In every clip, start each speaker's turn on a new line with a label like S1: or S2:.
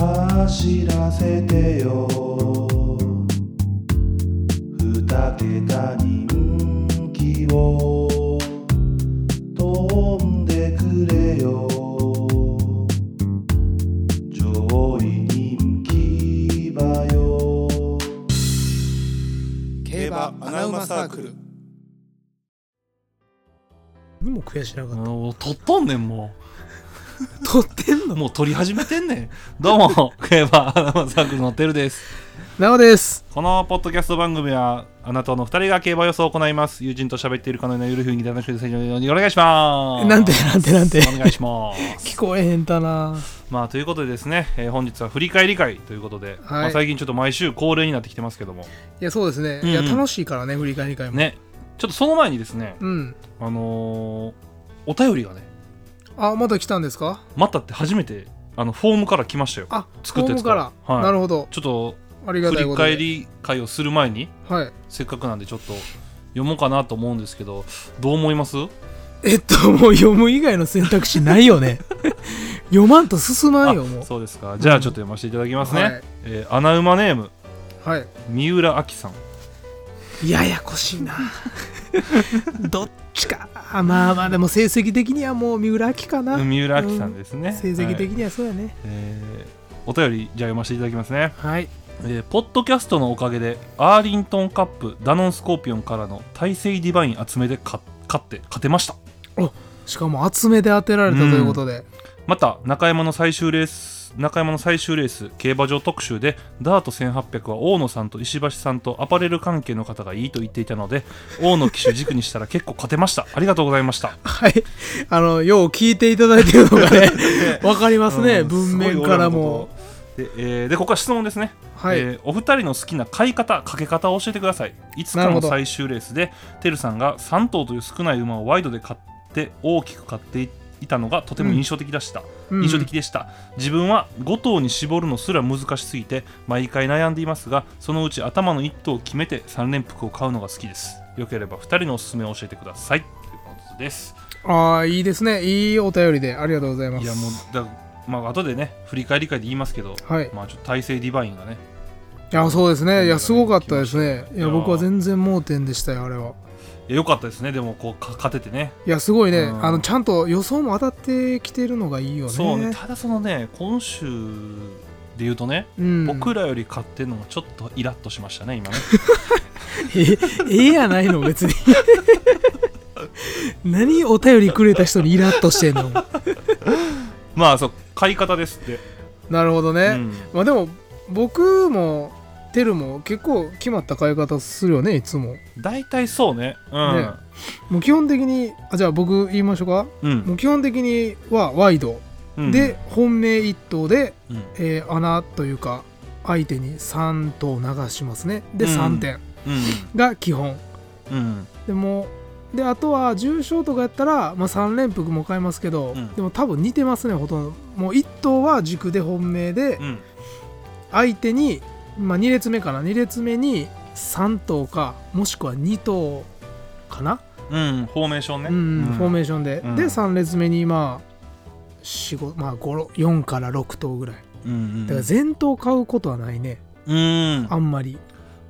S1: 走らせてよ二桁人気を飛んでくれよ上位人気馬よ
S2: 競馬アナウマサークル
S3: にも悔しなかっ
S4: もう取っとんねんも
S3: た。撮ってん
S4: う
S3: の
S4: もう取り始めてんね んどうも競馬アナマサークルのてるです
S3: なおです。
S4: このポッドキャスト番組はあなたの2人が競馬予想を行います友人と喋っているかのようなゆるふうに楽しくてようにお願いします
S3: なんてなんてなんて
S4: お願いします
S3: 聞こえへんたな。
S4: まあということでですね、えー本日は振り返り会ということで、まあ最近ちょっと毎週恒例になってきてますけども
S3: いや、そうですね。いや、
S4: うんうん
S3: 楽しいからね、振り返り会も。
S4: ねちょっとその前にですね
S3: うん。
S4: あのーお便りがね
S3: あ、また来たんですか
S4: またって初めてあのフォームから来ましたよ
S3: あ、
S4: 作ったや
S3: ホーム
S4: つ
S3: か。
S4: からはい
S3: なるほど。
S4: ちょっと
S3: ありが
S4: 振
S3: たい
S4: り
S3: ことで。
S4: 返り会をする前に
S3: はい。
S4: せっかくなんでちょっと読もうかなと思うんですけどどう思います
S3: えっと、もう読む以外の選択肢ないよね。 読まんと進まんよ、も
S4: あ
S3: う。
S4: そうですかじゃあちょっと読ませていただきますね、
S3: はい
S4: えー穴馬ネーム
S3: はい。
S4: 三浦亜紀さん
S3: ややこしい などっちかあまあまあでも成績的にはもう三浦明かな、
S4: 三浦亜紀さんですね、
S3: 成績的
S4: はい
S3: にはそうやね
S4: えーお便りじゃあ読ませていただきますね、
S3: はい
S4: えーポッドキャストのおかげでアーリントンカップダノンスコーピオンからの大勢ディバイン集めで勝勝って勝てました
S3: しかも厚めで当てられたということで、
S4: また中山の最終レース中山の最終レース競馬場特集でダート1800は大野さんと石橋さんとアパレル関係の方がいいと言っていたの で大野騎手軸にしたら結構勝てましたありがとうございま した
S3: はいあのよう聞いていただいてるのが ねわかりますね、文面からも
S4: すごい俺のことで,、えーでここは質問ですね、
S3: はい、
S4: えーお二人の好きな買い方かけ方を教えてくださいいつか
S3: なるほ
S4: の
S3: ど
S4: 最終レースでてるさんが3頭という少ない馬をワイドで買って大きく買っていたのがとても印象的でした、
S3: うん
S4: 印象的でした、自分は5頭に絞るのすら難しすぎて毎回悩んでいますがそのうち頭の1頭を決めて3連服を買うのが好きですよければ2人のおすすめを教えてくださいということです
S3: ああいいですねいいお便りでありがとうございます
S4: いやもうだまあ後でね振り返り会で言いますけど、
S3: はいい
S4: まあちょっと体制ディバインがね
S3: やそうですねいやすごかったですねい
S4: い
S3: や
S4: やー
S3: 僕は全然盲点でしたよあれはい
S4: や良かったですねでもこうか勝ててね
S3: いやすごいね、
S4: うん
S3: あのちゃんと予想も当たってきてるのがいいよね
S4: そうねただそのね今週で言うとね、
S3: うん、
S4: 僕らより勝ってるのがちょっとイラッとしましたね今ね
S3: えええやないの別に何お便りくれた人にイラッとしてんの
S4: まあそう買い方ですって、
S3: なるほどね、
S4: うん
S3: まあでも僕もテルも結構決まった買い方するよねいつも
S4: 大体そうねうん
S3: ねもう基本的にあじゃあ僕言いましょうか
S4: うん
S3: もう基本的にはワイド、
S4: うん
S3: で、本命1頭で、
S4: うん
S3: えー穴というか相手に3頭流しますねで
S4: うん
S3: 3点
S4: う
S3: が基本、
S4: んうん
S3: でもであとは重賞とかやったら、まあ、3連服も買えますけど、
S4: うん
S3: でも多分似てますねほとんどもう1頭は軸で本命で
S4: うん
S3: 相手に、まあ、2列目かな2列目に3頭かもしくは2頭かな、
S4: うんフォーメーションね
S3: うんフォーメ
S4: ー
S3: ーションで、
S4: うん
S3: で3列目にまあ4まあ、5 4から6頭ぐらい
S4: ション
S3: だから全頭買うことはないね
S4: うん
S3: あんまり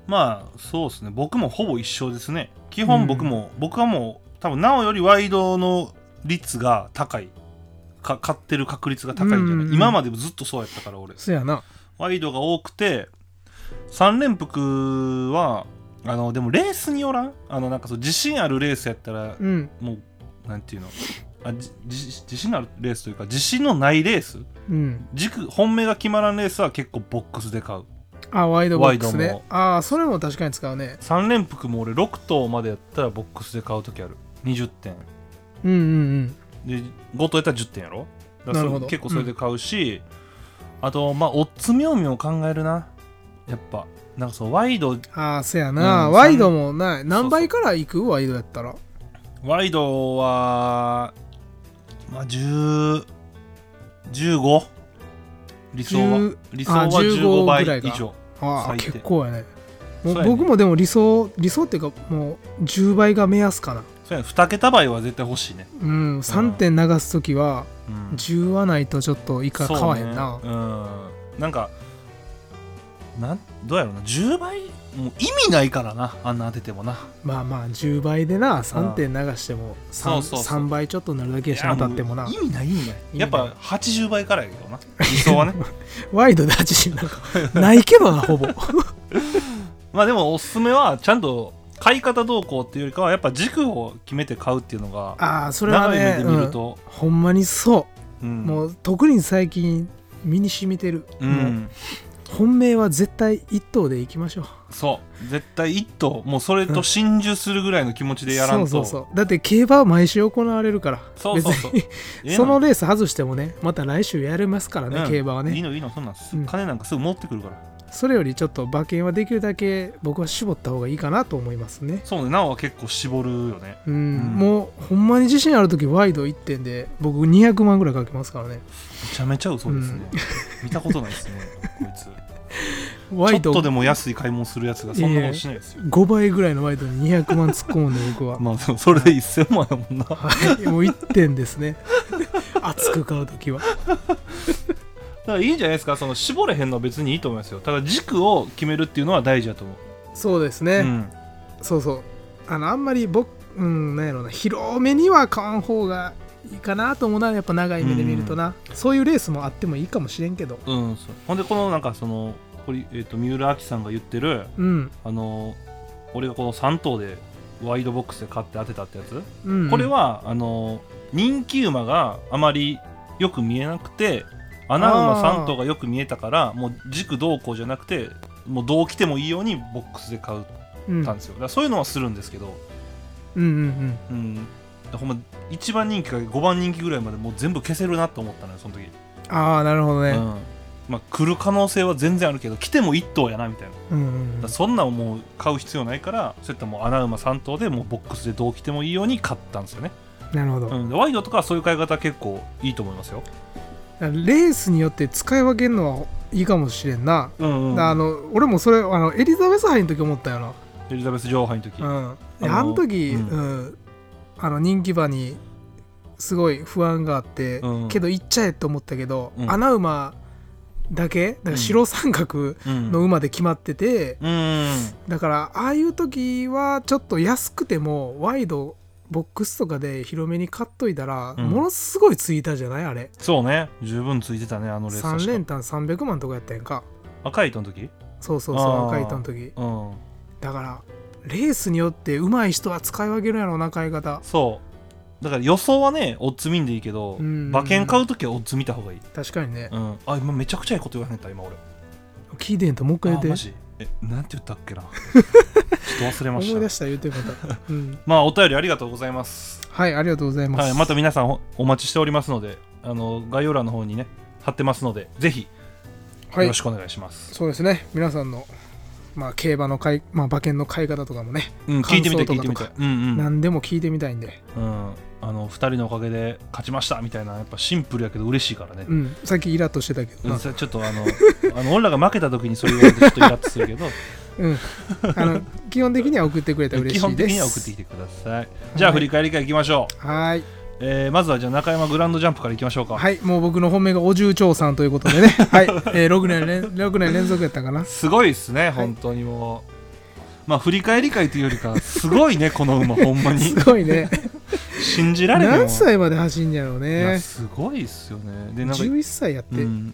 S4: まあそうですね僕もほぼ一緒ですね基
S3: うん
S4: 本僕も、僕はもう多分なおよりワイドの率が高いか買ってる確率が高いんじゃない、
S3: うん
S4: 今までもずっとそうやったから俺
S3: そやな
S4: ワイドが多くて3連服はあのでもレースによらんあのなんかそう自信あるレースやったら
S3: うん
S4: もうなんていうのあじじ自信のあるレースというか自信のないレース
S3: うん
S4: 軸本命が決まらんレースは結構ボックスで買う
S3: あワイドボックス
S4: ワイド
S3: ね
S4: も
S3: ああそれも確かに使うね
S4: 3連服も俺6頭までやったらボックスで買う時ある20点
S3: うんうんうん
S4: で5頭やったら10点やろだからそ
S3: な
S4: れ
S3: るほど
S4: 結構それで買うし、あとまあオッズ妙味を考えるなやっぱなんかそうワイド
S3: ああせやな、
S4: うん
S3: ワイドもない
S4: そう
S3: 何倍から行くワイドやったら
S4: ワイドはまあ10 15理想は
S3: 10
S4: 理想は
S3: あ15
S4: 15倍
S3: ぐらいか
S4: 以上
S3: ああ
S4: 最低
S3: 結構やねもう
S4: そうやね
S3: 僕もでも理想理想っていうかもう10倍が目安かな
S4: そうやね2桁倍は絶対欲しいね、
S3: うん3点流す時は
S4: うん
S3: 10はないとちょっといか
S4: そう
S3: 買わへんな、
S4: ね、うんなんかなんどうやろうな10倍もう意味ないからなあんな当ててもな
S3: まあまあ10倍でな3点流しても 3,
S4: そうそうそう
S3: 3倍ちょっとなるだけやし
S4: いや
S3: 当たってもな
S4: う意味ない意味ない
S3: 味ない
S4: やっぱ80倍からやけどな理想はね
S3: ワイドで80なんかないけどなほぼ
S4: まあでもおすすめはちゃんと買い方どうこうっていうよりかはやっぱ軸を決めて買うっていうのが
S3: ああそれは
S4: 長い
S3: ね
S4: 目で見ると、
S3: うんほんまにそ
S4: うん
S3: う、もう特に最近身に染みてる、
S4: うん
S3: もう本命は絶対一等でいきましょう
S4: そう絶対一頭もうそれと心中するぐらいの気持ちでやらんと、
S3: そうそうそうだって競馬は毎週行われるから
S4: そうそうそう
S3: 別
S4: ええ
S3: に
S4: の
S3: そのレース外してもねまた来週やれますからね、
S4: うん
S3: 競馬はい
S4: い
S3: ね
S4: のいいのそんなんす
S3: うん
S4: 金なんかすぐ持ってくるから、
S3: それよりちょっと馬券はできるだけ僕は絞った方がいいかなと思いますね
S4: そうねなおは結構絞るよね
S3: うん、
S4: ん
S3: もうほんまに自信ある時ワイド1点で僕200万ぐらいかけますからね
S4: めちゃめちゃ嘘ですね、見たことないですねこいつ
S3: ワ
S4: ちょっ
S3: イド
S4: とでも安い買い物するやつがそんなことしないですよ
S3: 5倍ぐらいのワイドに200万突っ込むんで僕は、
S4: まあでもそれで1000万やもんな
S3: はいもう1点ですね熱く買う時は
S4: だからいいんじゃないですかその絞れへんのは別にいいと思いますよただ軸を決めるっていうのは大事だと思う、
S3: そうですね、
S4: うん、
S3: そうそうあのあんまり僕うんなんやろうな広めには買わん方がいいかなと思うなやっぱ長い目で見るとな、そういうレースもあってもいいかもしれんけど
S4: うん、そうほんでこのなんかそのこれ、えー、と三浦亜希さんが言ってる
S3: うん、
S4: あの俺がこの3頭でワイドボックスで買って当てたってやつ、
S3: うん、
S4: これはあの人気馬があまりよく見えなくて穴馬
S3: あー
S4: 3頭がよく見えたからもう軸どうこうじゃなくてもうどう来てもいいようにボックスで買っ
S3: うん、うん
S4: たんですよ、だからそういうのはするんですけど、
S3: うんうん
S4: うん、ほんま1番人気から5番人気ぐらいまでもう全部消せるなと思ったのよその時、
S3: ああなるほど
S4: う
S3: ね、
S4: んまあ、来る可能性は全然あるけど来ても1頭やなみたいなだか
S3: うんうんうん
S4: らそんなんもう買う必要ないからそういったもう穴馬3頭でもうボックスでどう来てもいいように買ったんですよね、
S3: なるほど、だ
S4: う
S3: か
S4: ん、でワイドとかはそういう買い方結構いいと思いますよ
S3: らレースによって使い分けるのはいいかもしれんな、
S4: うん、うん、
S3: あの俺もそれあのエリザベス杯の時思ったよな
S4: エリザベス女王杯の時、
S3: うん、
S4: あの
S3: あの時、
S4: う
S3: うんんあの人気馬にすごい不安があって、
S4: うん
S3: けど行っちゃえと思ったけど、
S4: うん
S3: 穴馬だけだから白三角
S4: うん
S3: の馬で決まってて、
S4: うん
S3: だからああいう時はちょっと安くてもワイドボックスとかで広めに買っといたら、
S4: うん
S3: ものすごいついたじゃないあれ
S4: そうね十分ついてたねあのレース確か
S3: 3連単300万とかやったやんか
S4: 赤い糸の時
S3: そうそうそ
S4: あー
S3: う赤い糸の時
S4: うん
S3: だからレースによって上手い人は使い分けるやろうな買い方
S4: そうだから予想はねオッズ見んでいいけど
S3: うん
S4: 馬券買う時はオッズ見た方がいい、
S3: 確かにね
S4: うん、あ今めちゃくちゃいいこと言わへんた今俺
S3: 聞いてんともう一回言
S4: あ
S3: って
S4: マジえなんて言ったっ けなちょっと忘れま
S3: 思
S4: し
S3: い
S4: た
S3: 出したら言うてまた、うん、
S4: まあお便りありがとうございます
S3: はいありがとうございます、
S4: はい、また皆さんおお待ちしておりますのであの概要欄の方にね貼ってますのでぜひ
S3: は
S4: よ
S3: い
S4: ろしくお願いします、
S3: そうですね皆さんのまあ競馬の買い、まあ、馬券の買い方とかもね、
S4: うん、聞いてみて聞
S3: 感
S4: い
S3: 想と
S4: てみ
S3: か
S4: て
S3: とか
S4: うんうん
S3: 何でも聞いてみたいんで、
S4: うん、あの2人のおかげで勝ちましたみたいなやっぱシンプルやけど嬉しいからね、
S3: うん、さっきイラッとしてたけど
S4: う、、
S3: なん
S4: ちょっとあの あの俺らが負けた時にそれ言われてちょっとイラッとす るけど
S3: うん、あの基本的には送ってくれたら嬉し
S4: 基
S3: いです
S4: 本的には送ってきてくださいじゃあ
S3: はい
S4: 振り返りからいきましょう、
S3: はい
S4: えーまずはじゃあ中山グランドジャンプからいきましょうか、
S3: はいもう僕の本命がお重長さんということでね、はいえー、6, 年連六年連続やったかな
S4: すごいですね本当にもう、まあ振り返り会というよりかすごいね この馬ほんまに
S3: すごい ね
S4: 信じられへんわ
S3: 何歳まで走んやろう
S4: いや
S3: ね
S4: すごいっすよねでなんか、
S3: 11歳やっ
S4: う
S3: て、
S4: ん、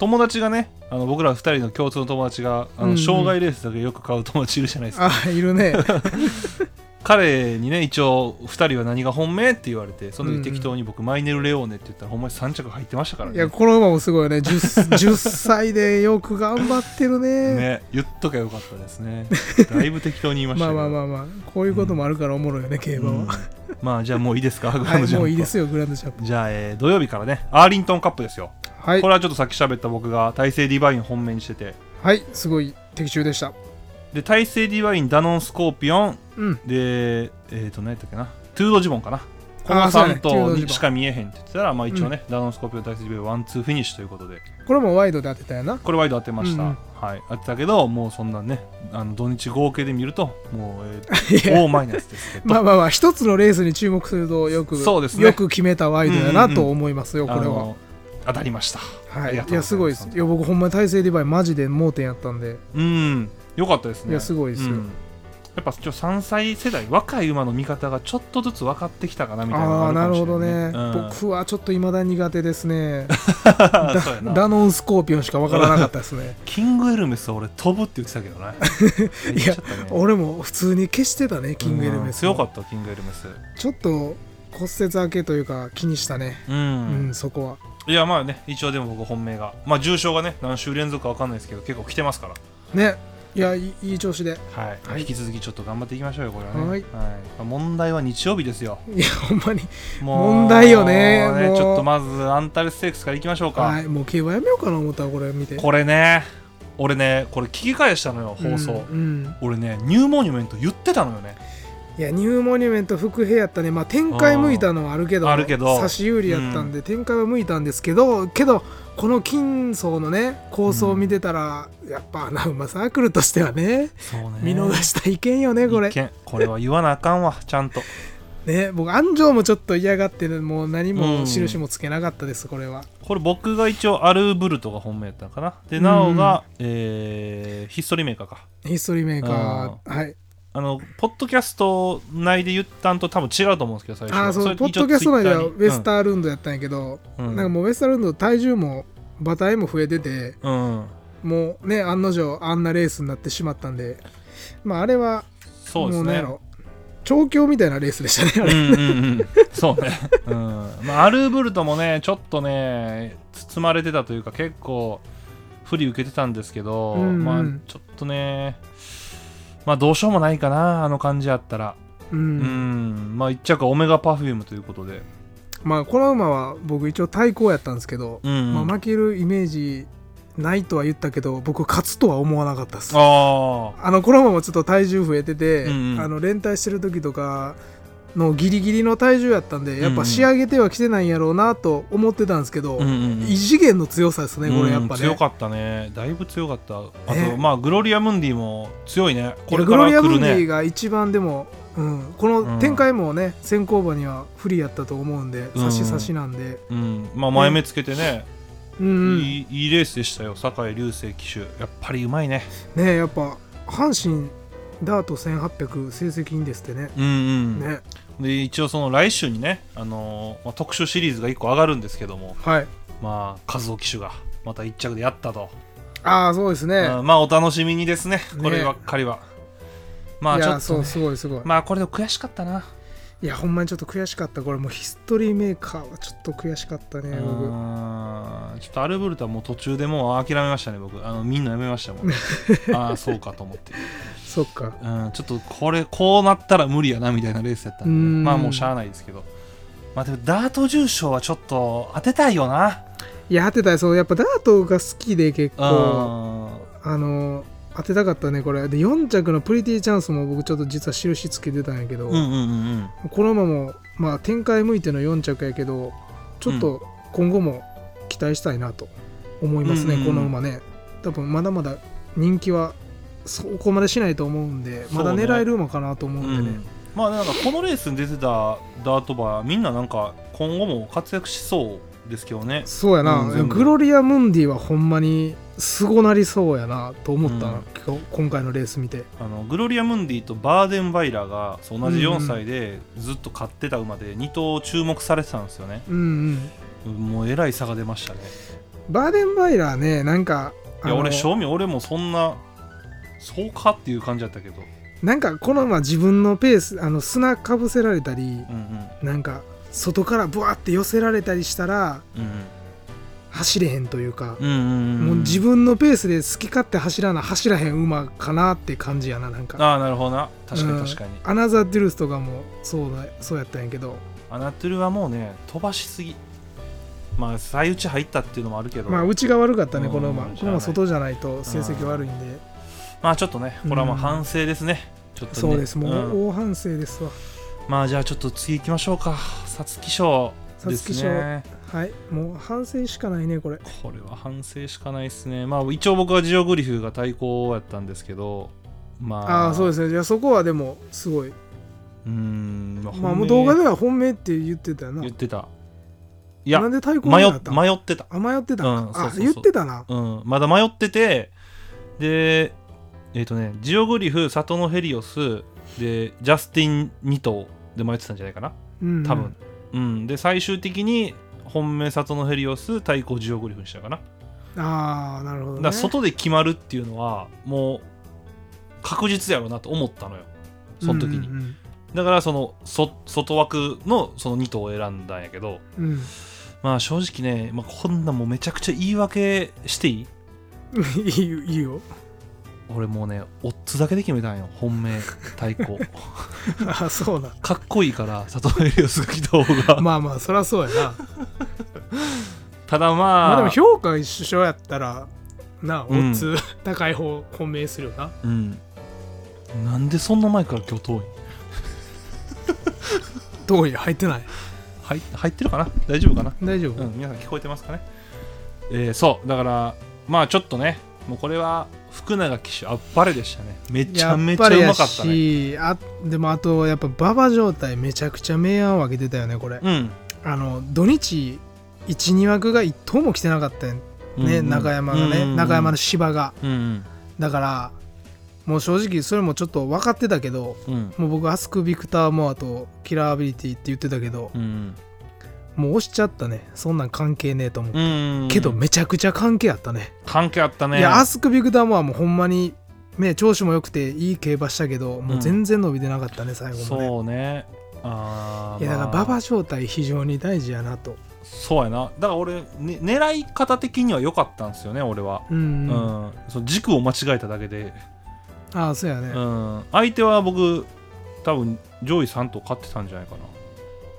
S4: 友達がねあの僕ら2人の共通の友達が
S3: う
S4: あ
S3: んう
S4: の
S3: ん
S4: 障害レースだけよく買う友達いるじゃないですか、
S3: あいるね
S4: 彼にね一応2人は何が本命って言われてその
S3: うんう
S4: 時
S3: ん
S4: 適当に僕、マイネル・レオーネって言ったらほんまに3着入ってましたから
S3: い
S4: ね
S3: やこの馬もすごいよね 10, 10歳でよく頑張ってるね
S4: ね言っときゃよかったで すねだいぶ適当に言いました
S3: まあ
S4: けど
S3: まあまあまあこういうこともあるからおもろいよね、競馬は、
S4: うんまあじゃあもういいですかグランド
S3: はい
S4: ジャンプは
S3: もういいですよグランドジャンプ
S4: じゃあ、えー土曜日からねアーリントンカップですよ、
S3: はい
S4: これはちょっとさっき喋った僕が大勢ディバイン本命にしてて
S3: はいすごい的中でした
S4: で大勢ディバインダノンスコーピオン
S3: うん
S4: でえっ、と何やったっけなトゥードジボンかなこの
S3: あーそうね
S4: 3
S3: トゥー
S4: 頭
S3: ドジボ
S4: に
S3: ン
S4: しか見えへんって言ってたら、まあ一応ね、ダノンスコーピオン大勢ディバインワンツーフィニッシュということで
S3: これもワイドで当てたよ な
S4: これワイド当てました、
S3: うんうん
S4: はい当てたけどもうそんなねあの土日合計で見るともう、え
S3: い
S4: ー、
S3: や
S4: 大マイナスですけど
S3: まあまあまあ一つのレースに注目するとよく
S4: そうですね
S3: よく決めたワイドやなと思いますよ、
S4: あ
S3: これは
S4: の当たりました。
S3: は
S4: あ
S3: い、
S4: り
S3: い
S4: がとうござ
S3: やすごいですいや僕ほんまに大成リヴァイマジで盲点やったんで
S4: うん、良かったですね。
S3: いやすごいですよ
S4: うんやっぱちょ3歳世代若い馬の見方がちょっとずつ分かってきたかなみたいなの
S3: あ
S4: が
S3: あーな
S4: あ
S3: る
S4: る
S3: ほ
S4: かも
S3: ど
S4: しれ
S3: ね、
S4: ないね。
S3: 僕はちょっといまだ苦手ですね
S4: うんそうやな
S3: ダノンスコーピオンしかわからなかったです ね
S4: キングエルメスは俺飛ぶって言ってたけ どね。
S3: い
S4: 言
S3: や
S4: っちゃったね
S3: 俺も普通に消してたねキングエルメス
S4: うん強かったキングエルメス。
S3: ちょっと骨折明けというか気にしたね
S4: う
S3: うんん、。そこはい
S4: やまあね一応でも僕本命がまあ重賞がね何週連続か分かんないですけど結構来てますから。
S3: ねいやいいいい調子で
S4: はい、
S3: はい
S4: 引き続きちょっと頑張っていきましょうよこれはね、
S3: はい
S4: まあ問題は日曜日で すよ
S3: いやほんまに
S4: もう
S3: 問題よね
S4: もうね
S3: もう
S4: ちょっとまずアンタレステークスからいきましょうか、
S3: はいもう競馬やめようかな思ったわこれ見て
S4: これね俺ねこれ聞き返したのよ放送、
S3: うん、うん
S4: 俺ねニューモニュメント言ってたのよね
S3: いやニューモニュメント副兵やったねまあ展開向いたのはあるけど
S4: あーあるけど
S3: 差し有利やったんで、展開は向いたんですけどけどこの金層のね構想を見てたら、やっぱ穴馬サークルとしてはね
S4: そうね
S3: 見逃した意見よねこれ
S4: 一見これは言わなあか んわちゃんと
S3: ね僕安城もちょっと嫌がってるもう何も印もつけなかったですこれは
S4: これ僕が一応アルブルトが本命やったのかなでなおが、えーヒストリーメーカーか
S3: ヒストリーメーカーはい
S4: あのポッドキャスト内で言ったんと多分違うと思うんですけど最初
S3: ああ
S4: そ
S3: そう
S4: れ
S3: ポッドキャスト内では
S4: 一応
S3: ウ
S4: ツイッ
S3: ェ
S4: ター
S3: ス
S4: に
S3: タールンドやったんやけど、
S4: うん
S3: なんかもうウェスタールンド体重も馬体も増えてて
S4: うん、うん
S3: もうね案の定あんなレースになってしまったんでまああれは
S4: そうで
S3: もう
S4: す
S3: なん
S4: ね
S3: やろ調教みたいなレースでしたねあ
S4: う
S3: れ、
S4: んうんうん、そ うね、うんまあ、アルーブルトもねちょっとね包まれてたというか結構不利受けてたんですけど、
S3: うんうん
S4: まあ、ちょっとねまあどうしようもないかなあの感じやったら
S3: う
S4: うん、
S3: ん
S4: まあ一着オメガパフュームということで、
S3: まあこの馬は僕一応対抗やったんですけど、
S4: うん
S3: まあ、負けるイメージないとは言ったけど僕勝つとは思わなかったです
S4: あ
S3: あのコロナもちょっと体重増えてて、
S4: うんうん
S3: あの連帯してる時とかのギリギリの体重やったんでやっ
S4: うんう
S3: ぱ
S4: ん
S3: 仕上げてはきてないんやろうなと思ってたんですけど、
S4: あ、うんうんうん
S3: 異次元の強さですねこれやっぱ
S4: うん
S3: ね、
S4: 強かったねだいぶ強かったあと、
S3: ね
S4: まあグロリア・ムンディも強いねこれ
S3: グ
S4: か
S3: ロ
S4: ら
S3: リア・
S4: 来
S3: ム
S4: る
S3: ンディ
S4: ね
S3: が一番でも、うん、この展開もね、先行馬には不利やったと思うんで
S4: ん
S3: 差し差しなんで、
S4: うんまあ前目つけてね、
S3: うんうん
S4: いいいいレースでしたよ酒井流星騎手やっぱりうまいね
S3: ねやっぱ阪神ダート1800成績いいんですってね、
S4: うんうん
S3: ね
S4: で一応その来週にね、あのーまあ、特集シリーズが1個上がるんですけども
S3: はい
S4: まあ和夫騎手がまた1着でやったと、
S3: ああそうですね、
S4: うんまあお楽しみにですね
S3: ね
S4: こればっかりは、まあ
S3: い
S4: ちょ
S3: や
S4: っと
S3: そ
S4: ね、
S3: うすごいすごい
S4: まあこれでも悔しかったない
S3: やほんまにちょっと悔しかったこれもうヒストリーメーカーはちょっと悔しかったね
S4: う
S3: 僕
S4: ーんちょっとアルブルトはもう途中でもう諦めましたね僕あのみんなやめましたもん ああそうかと思って、
S3: そっか
S4: うん、ちょっとこれこうなったら無理やなみたいなレースやったん
S3: う
S4: で
S3: ーん
S4: まあもうしゃあないですけどまあでもダート重賞はちょっと当てたいよない
S3: や当てたいそうやっぱダートが好きで結
S4: うん
S3: 構あの当てたかったねこれで4着のプリティチャンスも僕ちょっと実は印つけてたんやけど、
S4: うんうんうんうん
S3: この馬もまあ展開向いての4着やけどちょっと今後も期待したいなと思いますね、
S4: うんうんう
S3: こ
S4: ん
S3: の馬ね多分まだまだ人気はそこまでしないと思うんでまだ
S4: そうね
S3: 狙える馬かなと思うんでね
S4: まあなんかこのレースに出てたダートバーみんななんか今後も活躍しそうですけどね
S3: そうやな、
S4: うん全部
S3: グロリア・ムンディはほんまにすごなりそうやなと思ったな、
S4: うん
S3: 今日今回のレース見て
S4: あのグロリア・ムンディとバーデンバイラーがそう同じ
S3: うんうん
S4: 4歳でずっと勝ってた馬で2頭注目されてたんですよね、
S3: うんうん
S4: もうえらい差が出ましたね
S3: バーデン・バイラーねなんか
S4: い
S3: あ
S4: や
S3: の
S4: 俺正味俺もそんなそうかっていう感じだったけど
S3: なんかこの馬自分のペースあの砂かぶせられたり
S4: うんうん
S3: なんか外からブワーって寄せられたりしたら
S4: うん
S3: 走れへんというか、
S4: うんうんうん
S3: もう自分
S4: 分
S3: のペースで好き勝手走らな走らへん馬かなって感じやななんか
S4: ああなるほどな確かに確かに、
S3: うんアナザー・デュルスとかもそうだそうやったんやけど
S4: アナトゥルはもうね飛ばしすぎまあ最打ち入ったっていうのもあるけど
S3: まあうちが悪かったね
S4: うん
S3: この馬
S4: しゃあない
S3: この馬外じゃないと成績悪いんで
S4: まあちょっとね、これはまあ反省ですね。ちょっとね、
S3: そうですも
S4: ん
S3: う大反省ですわ
S4: まあじゃあちょっと次行きましょうか。皐月賞です
S3: 皐月
S4: ね。
S3: はいもう反省しかないねこれ
S4: これは反省しかないですね。まあ一応僕はジオグリフが対抗やったんですけど、まあ、。
S3: ああーそうですすねじゃあそこはでもすごい
S4: うん、
S3: ま
S4: ま
S3: あ
S4: 本
S3: も
S4: 命
S3: う動画では本命って言ってたよな
S4: 言ってた。いや
S3: なんで対抗馬
S4: 迷
S3: に
S4: っ
S3: なったの
S4: 迷ってた、
S3: あ迷ってた、
S4: うんそうそう
S3: あ
S4: そう
S3: 言ってたな
S4: うん、まだ迷っててでえっ、とねジオグリフサトノヘリオスでジャスティン2頭で迷ってたんじゃないかな
S3: うん
S4: 多分、うんで最終的に本命サトノヘリオス対抗ジオグリフにしたかな、
S3: ああなるほど、
S4: だ
S3: ね、
S4: から外で決まるっていうのはもう確実やろうなと思ったのよその時に、
S3: うんうん
S4: だからそのそ外枠のその2頭を選んだんやけど
S3: うん、 うん
S4: まあ正直ね、まあ、こんなんもうめちゃくちゃ言い訳していい
S3: いいよいいよ
S4: 俺もうねオッズだけで決めたんよ本命対抗
S3: あそうだ
S4: かっこいいから里のエリオスが来た方 が、
S3: まあまあそりゃそうやな
S4: ただ
S3: まあ
S4: まあ
S3: でも評価一緒やったらなあオ
S4: うん
S3: ッズ、 高い方本命するよな
S4: うんなんでそんな前から今日遠い
S3: どうい入ってない
S4: 入入ってるかな大丈夫かな
S3: 大丈夫、
S4: うん皆さん聞こえてますかねえーそうだからまあちょっとねもうこれは福永騎手あっぱれでしたねめちゃめちゃうまかったね
S3: やっぱりやしあでもあとやっぱ馬場状態めちゃくちゃ明暗を分けてたよねこれ、
S4: うん
S3: あの土日12枠が1頭も来てなかったよね、
S4: うんうん
S3: 中山がね、
S4: うんうん
S3: 中山の芝が
S4: うんうん
S3: だからもう正直それもちょっと分かってたけど
S4: うん
S3: もう僕アスク・ビクター・モアとキラーアビリティって言ってたけど、
S4: うん
S3: もう押しちゃったねそんなん関係ねえと思う、
S4: うん
S3: けどめちゃくちゃ関係あったね
S4: 関係あったね
S3: いやアスク・ビクター・モアもほんまにね調子も良くていい競馬したけどもう全然伸びてなかったね、最後もね
S4: そうねあー
S3: いやだから
S4: まあ
S3: 馬場状態非常に大事やなと
S4: そうやなだから俺、ね、狙い方的には良かったんですよね俺は、
S3: うん、
S4: うんその軸を間違えただけで、
S3: ああそうやね、
S4: うん、相手は僕多分上位3頭勝ってたんじゃないかな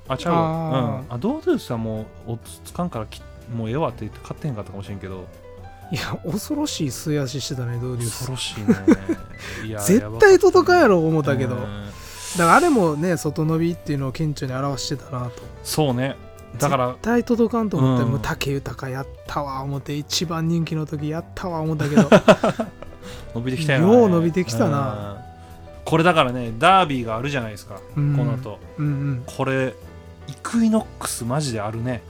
S4: あちゃうわ
S3: あ
S4: うん、あドードゥースはもうおつつかんからきもうええわって言って勝ってへんかったかもしれんけど
S3: いや恐ろしい末足してたねドウデュース
S4: 恐ろしいねいや
S3: 絶対届かんや
S4: ろ
S3: ろ思ったけど、
S4: う
S3: だか
S4: ん
S3: らあれもね外伸びっていうのを顕著に表してたなと
S4: そうねだから
S3: 絶対届かんと思って、
S4: うん
S3: もう竹豊やったわ思って一番人気の時やったわ思った けど
S4: 伸びてきたよな
S3: よう伸びてきたな
S4: うんこれだからねダービーがあるじゃないですか、
S3: うん
S4: この後
S3: うんうん
S4: これイクイノックスマジであるね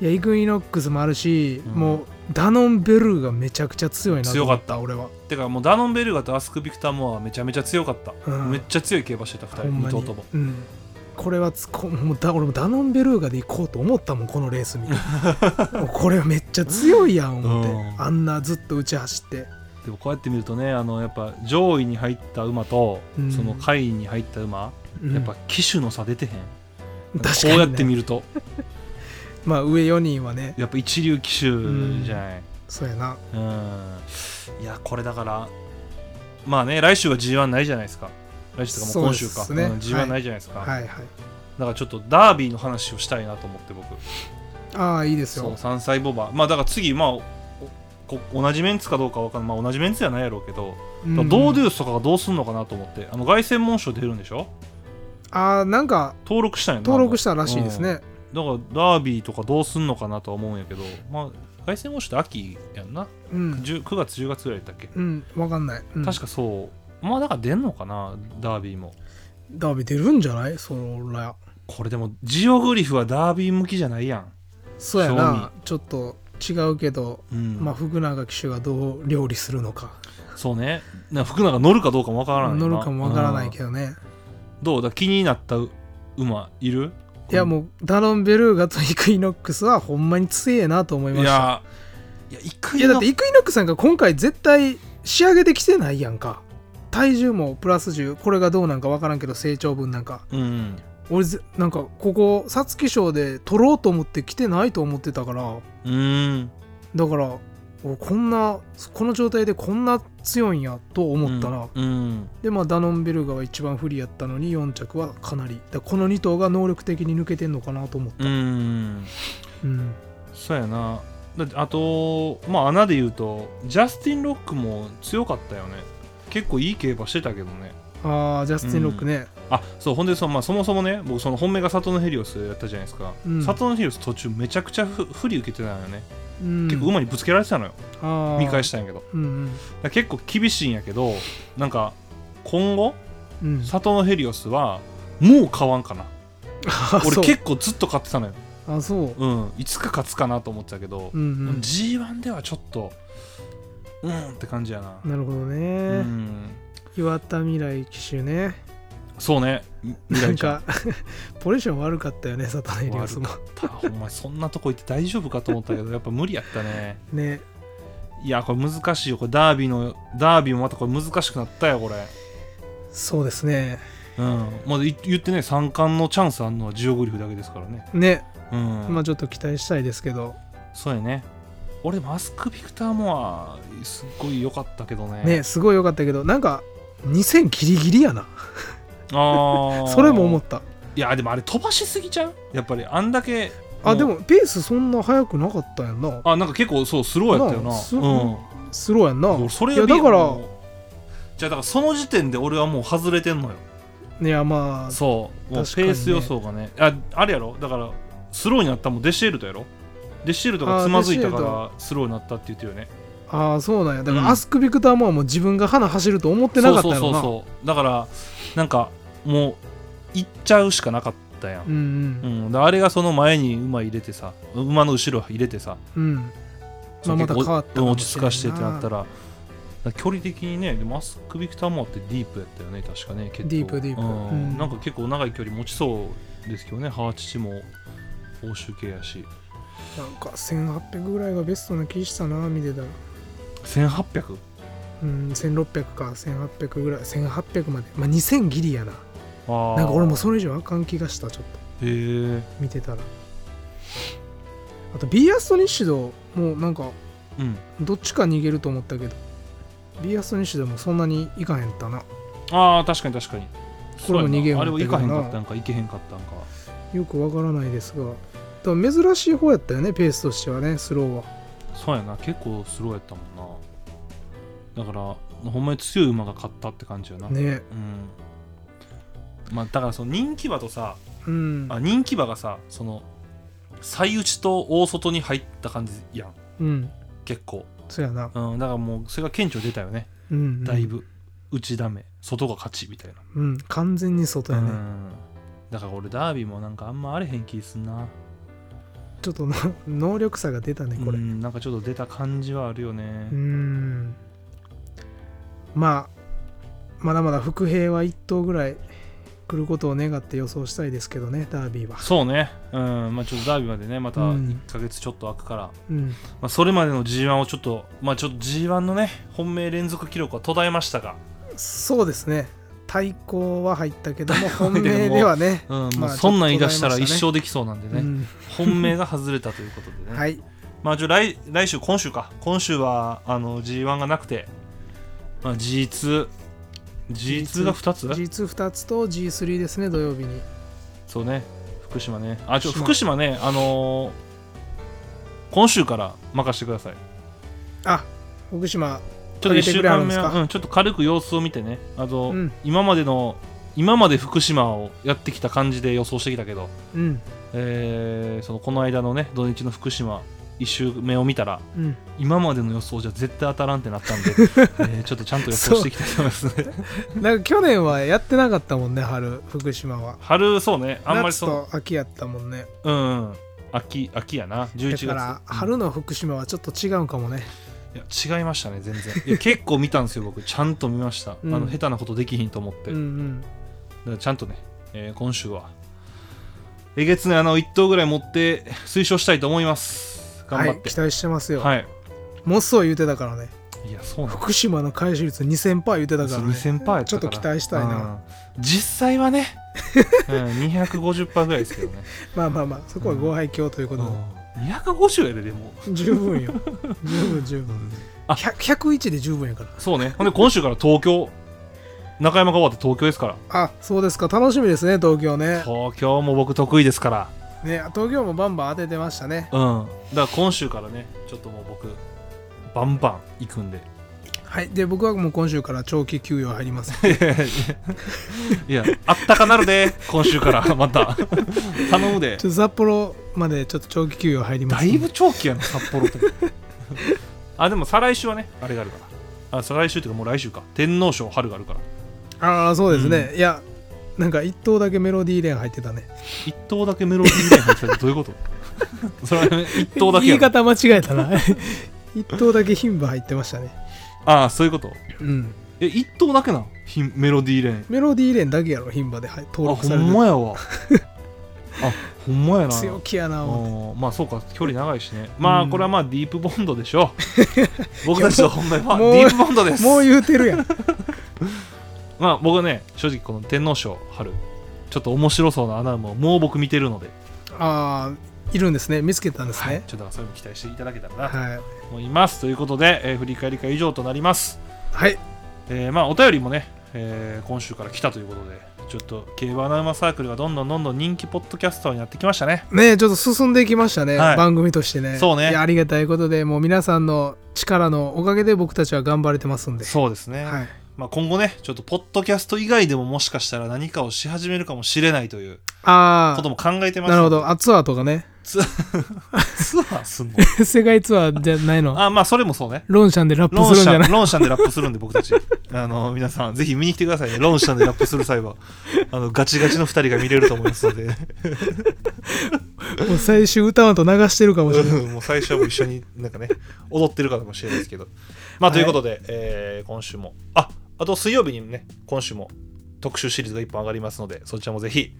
S3: いやイグイノックスもあるし、
S4: うん
S3: もうダノンベルーがめちゃくちゃ強いなと思
S4: 強かった
S3: 俺は
S4: てかもうダノンベルガとアスク・ビクター・モアはめちゃめちゃ強かった、
S3: うん
S4: めっちゃ強い競馬してた2人
S3: ほんま
S4: 2
S3: に
S4: 頭とも
S3: うん、これはつこもうだ俺もダノンベルーガで行こうと思ったもんこのレース 見てもうこれめっちゃ強いやん思って、
S4: うん
S3: あんなずっと打ち走って
S4: でもこうやって見るとねあのやっぱ上位に入った馬と、
S3: うん
S4: その下位に入った馬、
S3: うん
S4: やっぱ騎手の差出てへん
S3: 確か
S4: こ
S3: に、
S4: う
S3: ね、
S4: やって見ると
S3: まあ上4人はね
S4: やっぱ一流騎手じゃない、
S3: そうやな
S4: うんいやこれだからまあね来週は G1 ないじゃないですか来週とかもう今週
S3: そう
S4: か、
S3: ですね
S4: うん G1
S3: はい
S4: ないじゃないですか、
S3: はいはい
S4: だからちょっとダービーの話をしたいなと思って僕
S3: ああいいです
S4: そう
S3: よ
S4: 3歳ボバまあだから次まあおこ同じメンツかどうかわかんない、まあ、同じメンツじゃないやろうけど、
S3: うん
S4: だからドーデュースとかがどうすんのかなと思ってあの凱旋門賞出るんでしょ
S3: ああなんか
S4: 登録したんやな
S3: 登録したらしいです、ね
S4: うんだからダービーとかどうすんのかなとは思うんやけどまあ凱旋門賞って秋やんな
S3: うん
S4: 10 9月10月ぐらいだったっけ、
S3: うんわかんない、うん、
S4: 確かそうまあだから出んのかなダービーも
S3: ダービー出るんじゃないそら
S4: これでもジオグリフはダービー向きじゃないやん、
S3: そうや
S4: 正
S3: なちょっと違うけど、
S4: うん
S3: まあ福永騎手がどう料理するのか
S4: そうねな福永乗るかどうかもわからないな
S3: 乗るかもわからない
S4: ど
S3: けどね、
S4: どうだ気になったう馬いる
S3: いやもうダノンベルーガとイクイノックスはほんまに強えなと思い
S4: い
S3: ました
S4: やいやイク
S3: いや
S4: イノ
S3: だってイクイノックスなんか今回絶対仕上げてきてないやんか体重もプラス10これがどうなんかわからんけど成長分なんか
S4: うん
S3: 俺ぜなんかここ皐月賞で取ろうと思って来てないと思ってたから
S4: うん
S3: だから俺こんなこの状態でこんな強いんやと思ったら、
S4: うん
S3: でまあダノンベルガは一番不利やったのに4着はかなりだからこの2頭が能力的に抜けてんのかなと思った、
S4: うん、うん、
S3: うん
S4: そうやなだってあとまあ穴で言うとジャスティン・ロックも強かったよね結構いい競馬してたけどね
S3: ああジャスティン・ロックね、
S4: あそうほんでそ,、まあ、そもそもね僕その本命がサトノヘリオスやったじゃないですか、
S3: うん
S4: サトノヘリオス途中めちゃくちゃふ不利受けてたのよね、
S3: うん、
S4: 結構馬にぶつけられてたのよ
S3: あー
S4: 見返したんやけどだか
S3: うん
S4: ら結構厳しいんやけどなんか今後
S3: うんうん
S4: 里のヘリオスはもう買わんかな
S3: あー
S4: 俺
S3: そう
S4: 結構ずっと買ってたのよ
S3: あそう
S4: うん、いつか勝つかなと思ってたけど、
S3: うんうん
S4: G1 ではちょっとうんって感じやな、
S3: なるほどね、
S4: うん、
S3: 岩田未来騎手ね
S4: そうねみ未
S3: なん
S4: 来ちゃん
S3: か ポジション悪かったよね佐藤エリオスも
S4: たほんまそんなとこ行って大丈夫かと思ったけどやっぱ無理やったね
S3: ね
S4: いやこれ難しいよこれダービーのダービーもまたこれ難しくなったよこれ
S3: そうですね
S4: うんまあい言ってね三冠のチャンスあるのはジオグリフだけですからね
S3: ね、
S4: うん、
S3: まあちょっと期待したいですけど、
S4: そうやね俺マスク・ビクター・モアすっごい良かったけどね
S3: ねすごい良かったけどなんか2000ギリギリやな
S4: あ あ
S3: それも思った
S4: いやでもあれ飛ばしすぎちゃうやっぱりあんだけ
S3: あでもペースそんな速くなかったやんな
S4: あなんか結構そうスローやったよ
S3: な
S4: な
S3: あす
S4: うん
S3: スローやんな
S4: 俺それ
S3: いや
S4: び
S3: だから
S4: もうじゃあだからその時点で俺はもう外れてんのよ
S3: いやまあ
S4: そうもう
S3: 確かにね
S4: ペース予想がねああれやろだからスローになったもんデシエルトやろデシエルトがつまずいたからスローになったって言ってよね
S3: ああそうなんやだか
S4: うん
S3: らアスクビクターももう自分が花走ると思ってなかった
S4: そう
S3: や
S4: そ
S3: ろ
S4: う
S3: な
S4: そう
S3: う
S4: そうだからなんかもう行っちゃうしかなかったやん、
S3: ん
S4: うん、だからあれがその前に馬入れてさ馬の後ろ入れてさ
S3: うんうんまあまた変わったかも
S4: 落ち
S3: し
S4: 着
S3: れんな
S4: かしてってなったらだから距離的にねでもマスク・ビクターもあってディープやったよね確かね結構
S3: ディープディープ
S4: うん
S3: うん
S4: なんか結構長い距離持ちそうですけどねハーチチも欧州系やし
S3: なんか1800ぐらいがベストな気したな見てたら
S4: 1800
S3: うん1600か1800ぐらい1800までまあ2000ギリやな
S4: あー
S3: なんか俺もそれ以上あかん気がしたちょっと
S4: へえ
S3: 見てたらあとビーアストニッシドもなんか
S4: うん
S3: どっちか逃げると思ったけどビーアストニッシドもそんなにいかへんったな
S4: あー確かに確かに
S3: これも逃げよう
S4: あれ
S3: 思っ
S4: は
S3: た
S4: 行
S3: けどなん
S4: かへかったんか行けへんかったんか
S3: よくわからないですが多分珍しい方やったよねペースとしてはねスローは
S4: そうやな結構スローやったもんなだからほんまに強い馬が勝ったって感じやな、
S3: ね
S4: うんまあだからその人気馬とさ
S3: うん
S4: あ人気馬がさその最内と大外に入った感じやん
S3: うん
S4: 結構、
S3: そうやな
S4: うん、だからもうそれが顕著に出たよね
S3: うんうん
S4: だいぶ、内ダメ外が勝ちみたいな、
S3: うん完全に外やね、
S4: うんだから俺ダービーもなんかあんまあれへん気すんな
S3: ちょっとの 能力差が出たねこれ
S4: うんなんかちょっと出た感じはあるよね、
S3: うーんまあまだまだ伏兵は1頭ぐらい来ることを願って予想したいですけどねダービーは
S4: そうね、うんまあ、ちょっとダービーまでねまた
S3: うん
S4: 1ヶ月ちょっと空くから、
S3: うん
S4: まあ、それまでの G1 をちょっとまあちょっと G1 のね本命連続記録は途絶えましたが、
S3: そうですね対抗は入ったけど も本
S4: 入ったけども
S3: 命ではね
S4: うんも
S3: ま
S4: う
S3: あ
S4: そんなん言い出したら
S3: ちょっ
S4: 一
S3: と途絶えましたね
S4: 生できそうなんでね、
S3: うん
S4: 本命が外れたというこ とでね、
S3: はい
S4: まあじゃあ来来週今週か今週はあの G1 がなくて、まあ、G2G2 が2つ
S3: G22 つと G3 ですね土曜日に
S4: そうね福島ねあちょ
S3: 福島
S4: 福島ねあのー今週から任せてください
S3: あ福島
S4: ちょっと1
S3: 上げてく
S4: 週間目
S3: れはるんです
S4: は、
S3: か
S4: うん、ちょっと軽く様子を見てねあと、
S3: うん
S4: 今までの今まで福島をやってきた感じで予想してきたけど、
S3: うん
S4: えーそのこの間のね土日の福島1周目を見たら
S3: うん
S4: 今までの予想じゃ絶対当たらんってなっ たんで、えーちょっとちゃんと予想していきたいと思いますね。
S3: なんか去年はやってなかったもんね春福島は
S4: 春、そうね、あんまり
S3: 夏
S4: そう、
S3: と秋やったもんね
S4: うん、うん、秋、秋やな、11
S3: だ
S4: 月。
S3: から春の福島はちょっと違うんかもね
S4: いや違いましたね、全然。いや結構見たんですよ、僕、ちゃんと見ました。
S3: うん
S4: あの下手なことできひんと思って、
S3: うんう
S4: だ
S3: ん
S4: からちゃんとね、えー今週は、えげつない穴を1頭ぐらい持って推奨したいと思います。頑張
S3: は
S4: っ
S3: い
S4: て。
S3: 期待してますよ、
S4: はい、
S3: もっそう言うてたからね
S4: い、や、そうなん
S3: 福島の回収率2000%言うてたから、ね、
S4: 2000%やったから
S3: ちょっと期待したいな、
S4: うん実際はね、うん、250%ぐらいですけどね
S3: まあまあまあそこはご愛嬌ということで、
S4: 250やででも
S3: 十分 よ十分十分
S4: あ
S3: 100 101で十分やから
S4: そうねほんで今週から東京中山が終わって東京ですから
S3: あそうですか楽しみですね東京ね
S4: 東京も僕得意ですから
S3: ね東京もバンバン当ててましたね
S4: うんだから今週からねちょっともう僕バンバン行くんで
S3: はいで僕はもう今週から長期休養入ります
S4: いやあったかなるで今週から また頼むで
S3: ちょっと札幌までちょっと長期休養入りま
S4: だ
S3: す
S4: いぶ長期やな札幌って あでも再来週はねあれがあるからあ再来週っていうかもう来週か天皇賞春があるから
S3: ああそうですね、いやなんか一頭だけメロディーレーン入ってたね
S4: 一頭だけメロディーレーン入ってたってどういうこと それは一頭だけ
S3: 言
S4: や
S3: い
S4: ろ
S3: 方間違えたな 一頭だけ牝馬入ってましたね
S4: ああそういうこと
S3: うん
S4: え一頭だけなひんメロディーレーン
S3: メロディーレーンだけやろ牝馬ではい登
S4: あ
S3: 録
S4: ほ
S3: され
S4: ん
S3: て
S4: まやわ あほんまやな
S3: 強気やな思って
S4: あーまあそうか距離長いしねま
S3: う
S4: あ
S3: ん
S4: これはまあディープボンドでしょ う僕たちの本命は
S3: もう
S4: ディープボンドです
S3: もう言うてるやん
S4: まあ僕はね正直この天皇賞春ちょっと面白そうなアナウンスをもう僕見てるので、
S3: ああいるんですね見つけたんですね
S4: ちょっとだからそういうの期待していただけたらなと
S3: はい
S4: 思いますということで、えー振り返り会以上となります
S3: はい
S4: えーまあお便りもね、えー今週から来たということでちょっと競馬アナウマサークルがどんどんどんどん人気ポッドキャスターになってきましたね
S3: ねちょっと進んでいきましたね、
S4: はい
S3: 番組としてね
S4: そうね
S3: いやありがたいことでもう皆さんの力のおかげで僕たちは頑張れてますんで
S4: そうですね、
S3: はい
S4: まあ、今後ねちょっとポッドキャスト以外でももしかしたら何かをし始めるかもしれないという
S3: あ
S4: こと
S3: あ
S4: も考えてます
S3: なるほどあツアーとかね
S4: ツアーすんの
S3: 世界ツアーじゃないの
S4: あまあそれもそうね
S3: ロンシャンでラップ
S4: ロン
S3: するん
S4: シ
S3: じゃ
S4: ャ
S3: な
S4: ン
S3: い
S4: ロンシャンでラップするんで僕 たちあの皆さんぜひ見に来てくださいねロンシャンでラップする際はあのガチガチの2人が見れると思いますので
S3: もう最終歌わんと流してるかもしれない
S4: うんもう最初はもう一緒になんかね踊ってるかもしれないですけどまあということで、えー今週もああと水曜日にね今週も特集シリーズが1本上がりますのでそちらもぜひ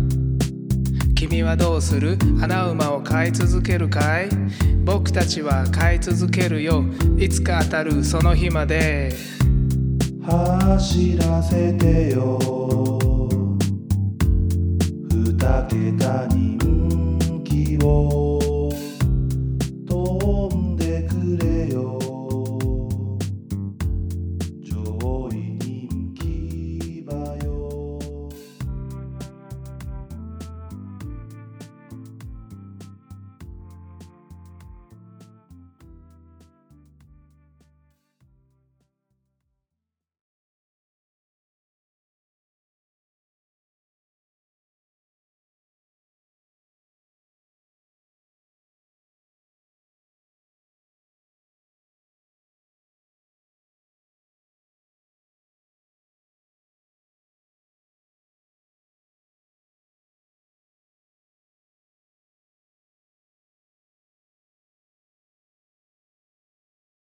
S3: 君はどうする穴馬を飼い続けるかい僕たちは飼い続けるよいつか当たるその日まで
S1: 走らせてよ二桁に